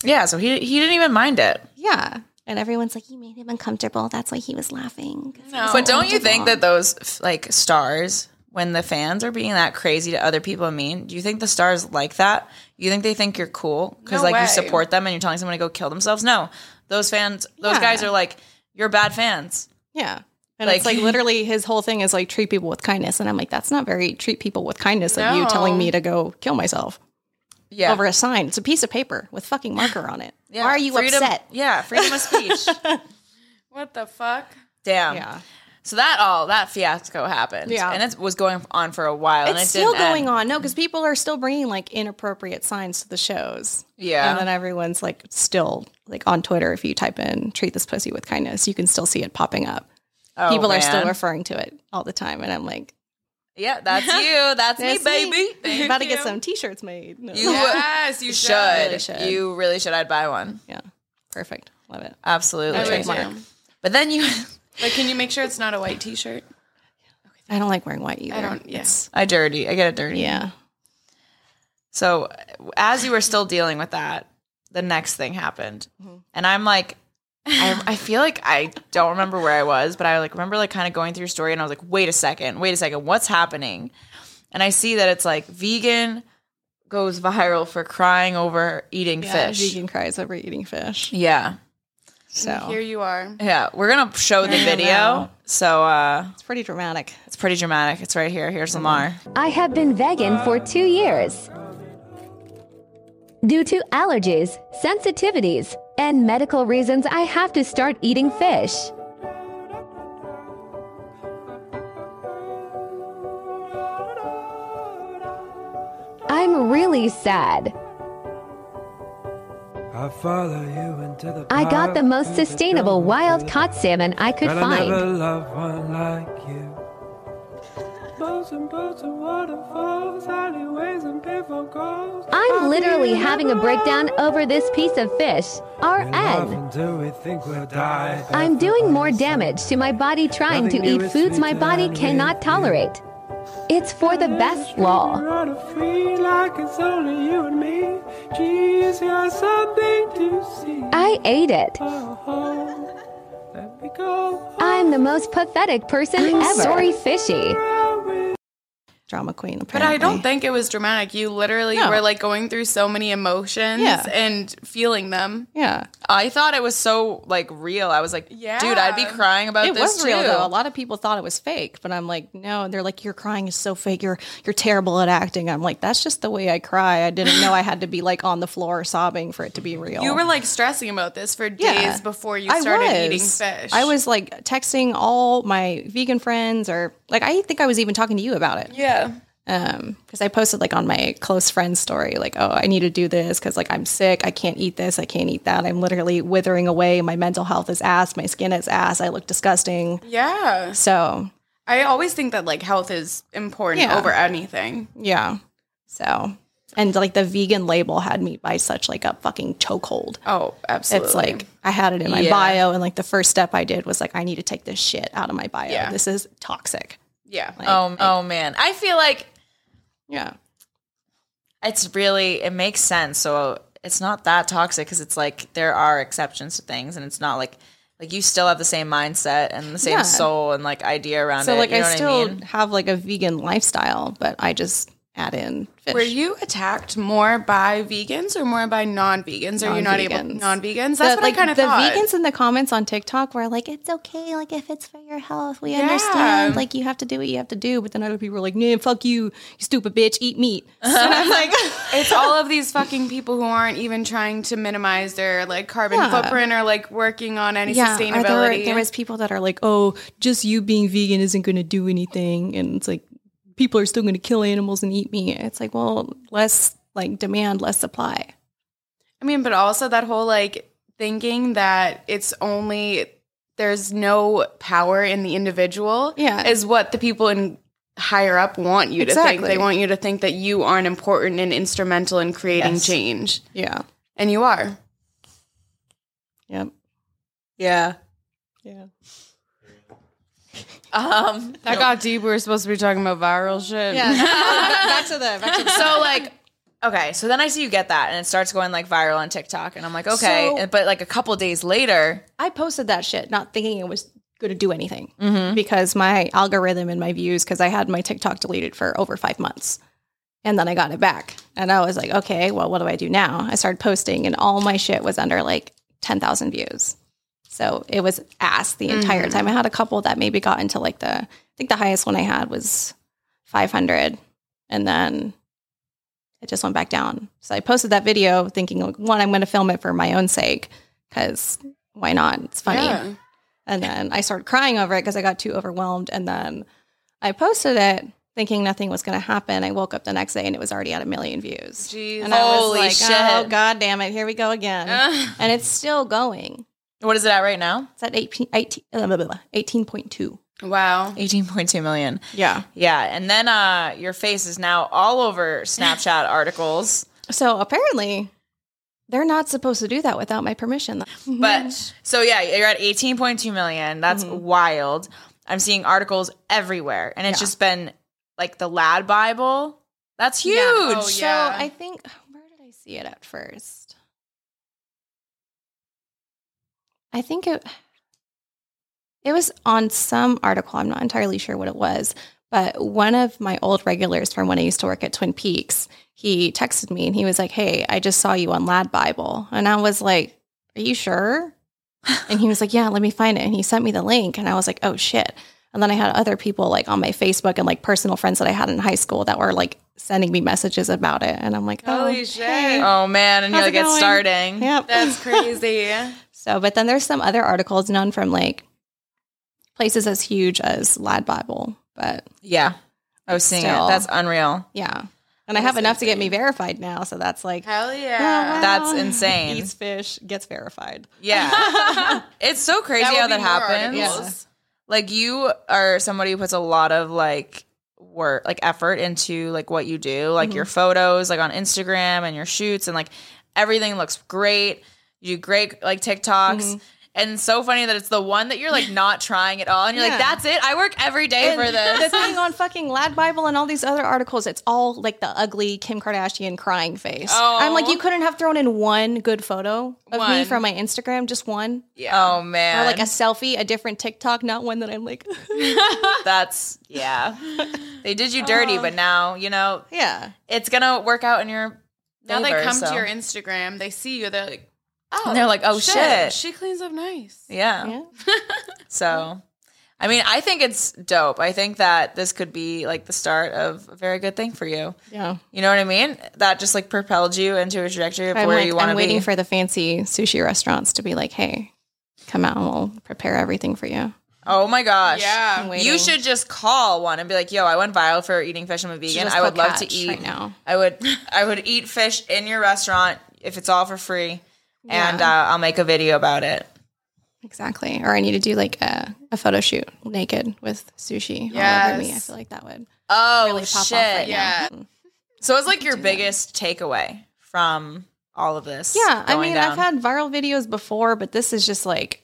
C: Yeah, so he he didn't even mind it.
E: Yeah. And everyone's like, you made him uncomfortable. That's why he was laughing.
B: No.
C: But don't you think that those f- like stars when the fans are being that crazy to other people and mean, do you think the stars like that? You think they think you're cool because
B: No
C: like
B: way.
C: you support them and you're telling someone to go kill themselves? No, those fans, those
E: Yeah.
C: guys are like, you're bad fans.
E: Yeah. And it's
C: Like-
E: like literally his whole thing is like treat people with kindness. And I'm like, that's not very treat people with kindness of you
B: No.
E: telling me to go kill myself
C: Yeah,
E: over a sign. It's a piece of paper with fucking marker on it.
C: Yeah.
E: Why are you
C: freedom,
E: upset?
C: Yeah, freedom of speech.
B: What the fuck?
C: Damn.
E: Yeah.
C: So that all that fiasco happened.
E: Yeah.
C: and it was going on for a while. and it
E: it's still
C: didn't
E: going
C: end.
E: on. No, because people are still bringing like inappropriate signs to the shows.
C: Yeah.
E: And then everyone's like still like on Twitter. If you type in "treat this pussy with kindness," you can still see it popping up.
C: Oh,
E: people are still
C: man.
E: referring to it all the time, and I'm like,
C: yeah, that's you. That's me,
E: "That's
C: baby.
E: I'm about to get some T-shirts made. No.
C: You
B: Yes, you
C: should.
B: should.
E: really should.
C: You really should. I'd buy one.
E: yeah, perfect. Love it.
C: Absolutely.
B: I would
E: Trademark.
B: too.
C: But then you,
B: But can you make sure it's not a white T-shirt?
E: I don't like wearing white either.
B: I don't. Yes.
C: I dirty. I get it dirty.
E: Yeah.
C: So as you were still dealing with that, the next thing happened,
E: Mm-hmm.
C: and I'm like, I, I feel like I don't remember where I was, but I like remember like kind of going through your story, and I was like, wait a second, wait a second, what's happening? And I see that it's like vegan goes viral for crying over eating
E: Yeah,
C: fish.
E: Vegan cries over eating fish.
C: Yeah,
E: So
B: Here you are.
C: yeah. We're gonna show the video, so uh,
E: it's pretty dramatic.
C: it's pretty dramatic. It's right here.
E: Mm-hmm.
C: Here's Lamar.
H: I have been vegan for two years. Due to allergies, sensitivities, and medical reasons, I have to start eating fish. I'm really sad.
I: I follow you into the
H: I got the
I: park
H: most
I: and the
H: sustainable
I: jungle.
H: wild caught salmon I could
I: But I never
H: find.
I: loved one like you. Boats and boats and waterfalls, alleyways and payphone calls.
H: I'm literally having a breakdown over this piece of fish, RN.
I: RN.
H: I'm doing more damage to my body trying to eat foods my body cannot tolerate. It's for the best law. I ate it. I'm the most pathetic person ever. Sorry, fishy.
E: Drama queen. Apparently.
B: But I don't think it was dramatic. You literally
E: No.
B: were like going through so many emotions
E: Yeah.
B: and feeling them.
E: Yeah,
C: I thought it was so like real. I was like,
B: Yeah.
C: dude, I'd be crying about
E: it
C: this
E: was real
C: too.
E: though. A lot of people thought it was fake, but I'm like, no. And they're like, your crying is so fake. You're you're terrible at acting. I'm like, that's just the way I cry. I didn't know I had to be like on the floor sobbing for it to be real.
B: You were like stressing about this for days
E: Yeah.
B: before you started eating fish.
E: I was like texting all my vegan friends, or like I think I was even talking to you about it.
B: Yeah.
E: Um, because I posted like on my close friend's story, like, oh, I need to do this because like I'm sick, I can't eat this, I can't eat that. I'm literally withering away. My mental health is ass. My skin is ass. I look disgusting.
B: Yeah.
E: So
B: I always think that like health is important
E: Yeah.
B: over anything.
E: yeah, so and like the vegan label had me by such like a fucking chokehold.
B: Oh, absolutely.
E: It's like I had it in my
C: Yeah.
E: bio, and like the first step I did was like I need to take this shit out of my bio.
B: Yeah.
E: This is toxic.
B: yeah.
E: Like,
C: Oh, oh man, I feel like
E: yeah,
C: it's really it makes sense. So it's not that toxic because it's like there are exceptions to things, and it's not like like you still have the same mindset and the same
E: Yeah.
C: soul and like idea around
E: So
C: it.
E: like
C: you know
E: I
C: what
E: still
C: I mean?
E: have like a vegan lifestyle, but I just add in fish.
B: Were you attacked more by vegans or more by non-vegans? Are you not able
E: Non-vegans.
B: non-vegans? That's
E: The-
B: what
E: like
B: I kind of
E: the
B: thought.
E: vegans in the comments on TikTok were like, "It's okay, like if it's for your health, we understand. Like you have to do what you have to do." But then other people were like, "Nah, fuck you, you stupid bitch, eat meat." and I'm like,
B: it's all of these fucking people who aren't even trying to minimize their like carbon
E: Yeah.
B: footprint or like working on any
E: "Yeah." Or
B: sustainability.
E: there, were, there was people that are like, "Oh, just you being vegan isn't going to do anything," and it's like people are still going to kill animals and eat meat. It's like, well, less like demand, less supply.
B: I mean, but also that whole like thinking that it's only there's no power in the individual
E: Yeah.
B: is what the people in higher up want you to think.
E: Exactly.
B: They want you to think that you aren't important and instrumental in creating change.
E: Yeah.
B: And you are.
E: Yep.
C: yeah.
E: Yeah.
C: Um.
B: That got deep. We were supposed to be talking about viral shit.
E: Yeah. back to the back to the
C: So like. Okay, so then I see you get that, and it starts going like viral on TikTok, and I'm like, okay,
E: So-
C: and- but like a couple days later,
E: I posted that shit not thinking it was going to do anything because my algorithm and my views because I had my TikTok deleted for over 5 months. And then I got it back. And I was like, okay, well what do I do now? I started posting and all my shit was under like 10,000 views. So it was ass the entire time. I had a couple that maybe got into like the I think the highest one I had was 500 and then it just went back down. So I posted that video thinking like one I'm going to film it for my own sake cuz why not? It's funny.
B: Yeah.
E: And then I started crying over it because I got too overwhelmed. And then I posted it thinking nothing was going to happen. I woke up the next day and it was already at a million views.
B: Jeez.
E: And I
C: Holy
E: was
C: shit.
E: like, oh, God damn it. Here we go again. and it's still going.
C: what is it at right now?
E: It's at 18, 18, uh, blah, blah, blah, 18.2.
B: Wow.
C: 18.2 million.
E: Yeah.
C: Yeah, and then uh, your face is now all over Snapchat articles.
E: So apparently they're not supposed to do that without my permission.
C: But so yeah, you're at 18.2 million. That's
E: Mm-hmm.
C: wild. I'm seeing articles everywhere, and it's just been like the Lad Bible. That's huge.
B: Oh,
E: so
B: yeah.
E: I think, where did I see it at first? I think it it was on some article. I'm not entirely sure what it was, but one of my old regulars from when I used to work at Twin Peaks, he texted me and he was like, "Hey, I just saw you on Lad Bible," and I was like, "Are you sure?" And he was like, "Yeah, let me find it." And he sent me the link, and I was like, "Oh shit!" And then I had other people like on my Facebook and like personal friends that I had in high school that were like sending me messages about it, and I'm like, "Oh,
B: Holy shit.
C: Oh man, and you're
E: How's
C: like
E: it
C: it's
E: going?
C: starting.
E: yep."
B: That's crazy.
E: So, but then there's some other articles, none from like places as huge as Lad Bible, but
C: Yeah, I was seeing
E: Still.
C: it. That's unreal.
E: yeah. And I have enough to get me verified now. So that's like, oh,
B: Hell yeah.
C: That's
E: Ah.
C: insane.
E: eats fish, gets verified.
C: Yeah. it's so crazy
B: That would
C: how
B: be
C: that
B: more
C: happens.
B: articles.
C: Like you are somebody who puts a lot of like work like effort into like what you do, like your
B: Mm-hmm.
C: photos, like on Instagram and your shoots and like everything looks great. You do great like TikToks.
B: Mm-hmm.
C: And it's so funny that it's the one that you're like not trying at all. And you're like,
E: Yeah.
C: that's it. I work every day for
E: the
C: this.
E: thing on fucking Lad Bible and all these other articles, it's all like the ugly Kim Kardashian crying face. I'm
C: Oh.
E: like, you couldn't have thrown in one good photo of me
B: One.
E: from my Instagram, just one,
C: Oh man.
E: or like a selfie, a different TikTok, not one that I'm like,
C: that's yeah. They did you dirty,
B: Uh-huh.
C: but now, you know,
E: yeah,
C: it's gonna work out in your
B: Now they
C: favor,
B: come
C: so.
B: to your Instagram, they see you, they're like, oh,
C: And they're like, oh shit.
B: she cleans up nice.
C: Yeah.
E: yeah.
C: So, I mean, I think it's dope. I think that this could be like the start of a very good thing for you.
E: yeah.
C: You know what I mean? That just like propelled you into a trajectory of
E: I'm,
C: where
E: like,
C: you want to
E: I'm
C: be.
E: waiting for the fancy sushi restaurants to be like, hey, come out and we'll prepare everything for you.
C: oh my gosh.
E: I'm
B: Yeah.
E: waiting.
C: You should just call one and be like, "Yo, I went viral for eating fish. I'm a vegan.
E: just
C: I would
E: call
C: love to
E: Catch
C: eat.
E: right now."
C: I would, I would eat fish in your restaurant if it's all for free, and uh, I'll make a video about it.
E: Exactly. Or I need to do like a, a photo shoot naked with sushi all over me. I
B: Yes.
E: feel like that would
C: Oh
E: really pop
C: shit!
E: off right
B: Yeah.
E: now.
C: So it's like your biggest takeaway from all of this.
E: Yeah. I
C: going
E: mean,
C: down.
E: I've had viral videos before, but this is just like,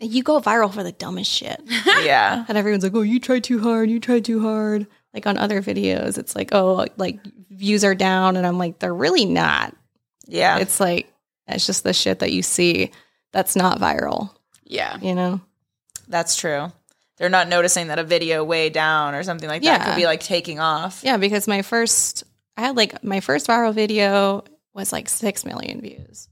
E: you go viral for the dumbest shit.
C: yeah.
E: and everyone's like, oh, you tried too hard. You tried too hard. Like on other videos, it's like, oh, like views are down. And I'm like, they're really not.
C: Yeah.
E: It's like, it's just the shit that you see that's not viral,
B: Yeah.
E: you know?
C: That's true. They're not noticing that a video way down or something like that
E: Yeah.
C: could be like taking off.
E: Yeah, because my first, I had like my first viral video was like 6 million views.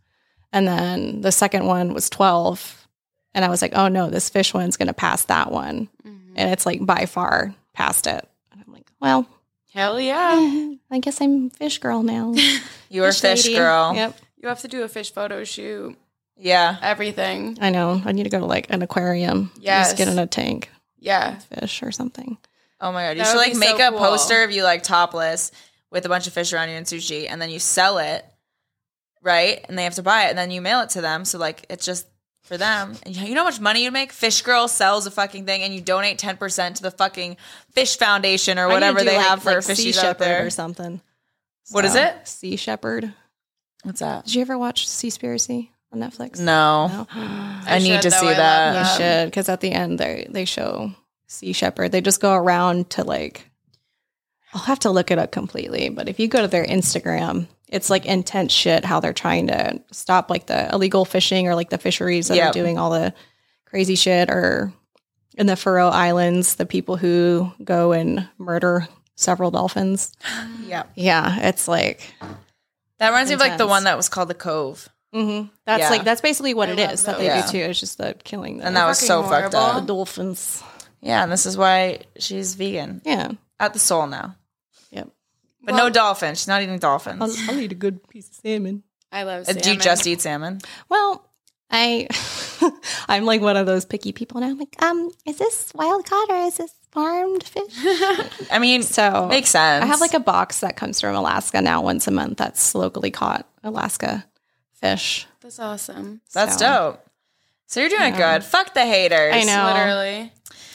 E: And then the second one was 12. And I was like, oh no, this fish one's going to pass that one.
C: Mm-hmm.
E: And it's like by far past it. And I'm like, well,
B: Hell yeah.
E: I guess I'm fish girl now.
C: You are fish
E: lady.
C: girl.
E: Yep.
B: You have to do a fish photo shoot,
C: Yeah.
B: everything.
E: I know. I need to go to like an aquarium.
B: Yes.
E: Just get in a tank,
B: Yeah.
E: fish or something.
C: Oh my god. You
B: That
C: should
B: would
C: like
B: be
C: make
B: so
C: a
B: cool.
C: poster of you like topless with a bunch of fish around you and sushi and then you sell it. Right? And they have to buy it and then you mail it to them. So like it's just for them. And you know how much money you'd make? Fish girl sells a fucking thing and you donate 10% to the fucking fish foundation or
E: I need to
C: whatever
E: do,
C: they
E: like-
C: have for
E: like Sea
C: fishies out
E: Shepherd
C: there.
E: or something.
C: What is
E: So,
C: it?
E: Sea Shepherd.
C: What's that?
E: Did you ever watch Seaspiracy on Netflix?
C: No. I, need
B: should,
C: to
B: though.
C: see
B: I love
C: that.
E: You should, because at the end they they show Sea Shepherd. They just go around to like. I'll have to look it up completely, but if you go to their Instagram, it's like intense shit how they're trying to stop like the illegal fishing or like the fisheries that
C: Yep.
E: are doing all the crazy shit or in the Faroe Islands, the people who go and murder several dolphins.
C: Yep.
E: Yeah, it's like
C: That reminds me of like the
E: Intense.
C: one that was called the Cove,
E: mhm. that's
C: Yeah.
E: like that's basically what
B: I
E: it
B: love
E: is that
B: those.
E: they
C: Yeah.
E: do too. It's just the killing the,
C: and that was
B: Fucking
C: so fucked
E: the
C: up.
B: horrible.
E: dolphins.
C: Yeah, and this is why she's vegan
E: Yeah.
C: at the Soul now,
E: Yep.
C: but no dolphin. She's not eating dolphins.
E: I'll eat a good piece of um, salmon.
B: I love
C: Uh,
B: salmon.
C: Do you just eat salmon?
E: Well, I I'm like one of those picky people and I'm like, um, is this wild caught or is this farmed fish?
C: I mean,
E: So
C: makes sense.
E: I have like a box that comes from Alaska now once a month that's locally caught Alaska fish.
B: That's awesome.
C: that's
E: so-
C: dope. So you're doing good. Fuck the haters.
E: I know.
B: Literally.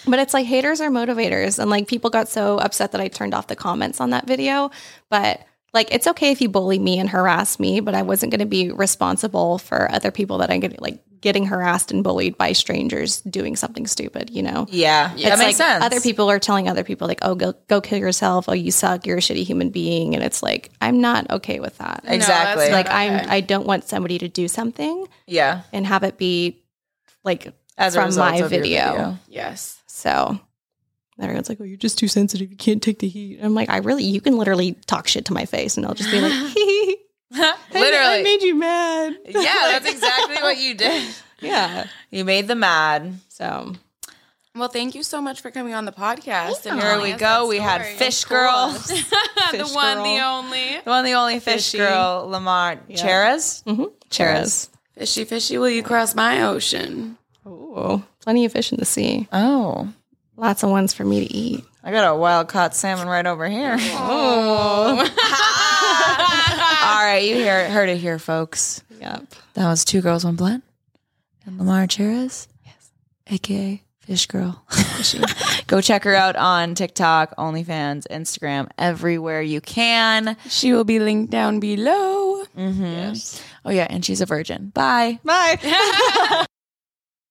E: But it's like haters are motivators and like people got so upset that I turned off the comments on that video, but like it's okay if you bully me and harass me, but I wasn't going to be responsible for other people that I get like getting harassed and bullied by strangers doing something stupid, you know.
C: Yeah, that
E: it's
C: makes
E: like
C: sense.
E: Other people are telling other people like, "Oh, go go kill yourself. Oh, you suck. You're a shitty human being." And it's like, I'm not okay with that.
B: No, that's
C: Exactly.
B: not
E: like I'm,
B: okay.
E: I don't want somebody to do something
C: yeah,
E: and have it be like
C: as a
E: from
C: result
E: my
C: of your
E: video.
B: yes.
E: so. Everyone's like, "Oh, you're just too sensitive. You can't take the heat." I'm like, "I really, you can literally talk shit to my face, and I'll just be like, "Hee
C: video.
E: hee, I
C: literally.
E: made you mad."
C: Yeah, that's exactly what you did.
E: yeah.
C: You made them mad.
E: So
B: Well, thank you so much for coming on the podcast. And
C: Here
B: telling
C: we
B: us that
C: go. We had
B: story.
C: Fish Girl.
B: the
E: Fish
B: one, the
E: girl.
B: only.
C: The one, the only fish
E: Fishy.
C: girl, Lamar Cheras.
E: Mm. Cheras.
B: Fishy, fishy, will you cross my ocean?
E: Ooh, plenty of fish in the sea.
C: Oh,
E: Lots of ones for me to eat.
C: I got a wild caught salmon right over here. All right, you hear, heard it here, folks.
A: Yep.
C: That was Two Girls, One Blood and Lamar Cheras, yes. aka Fish Girl. Go check her out on TikTok, OnlyFans, Instagram, everywhere you can.
B: She will be linked down below.
C: Oh, yeah, and she's a virgin. Bye.
A: Bye.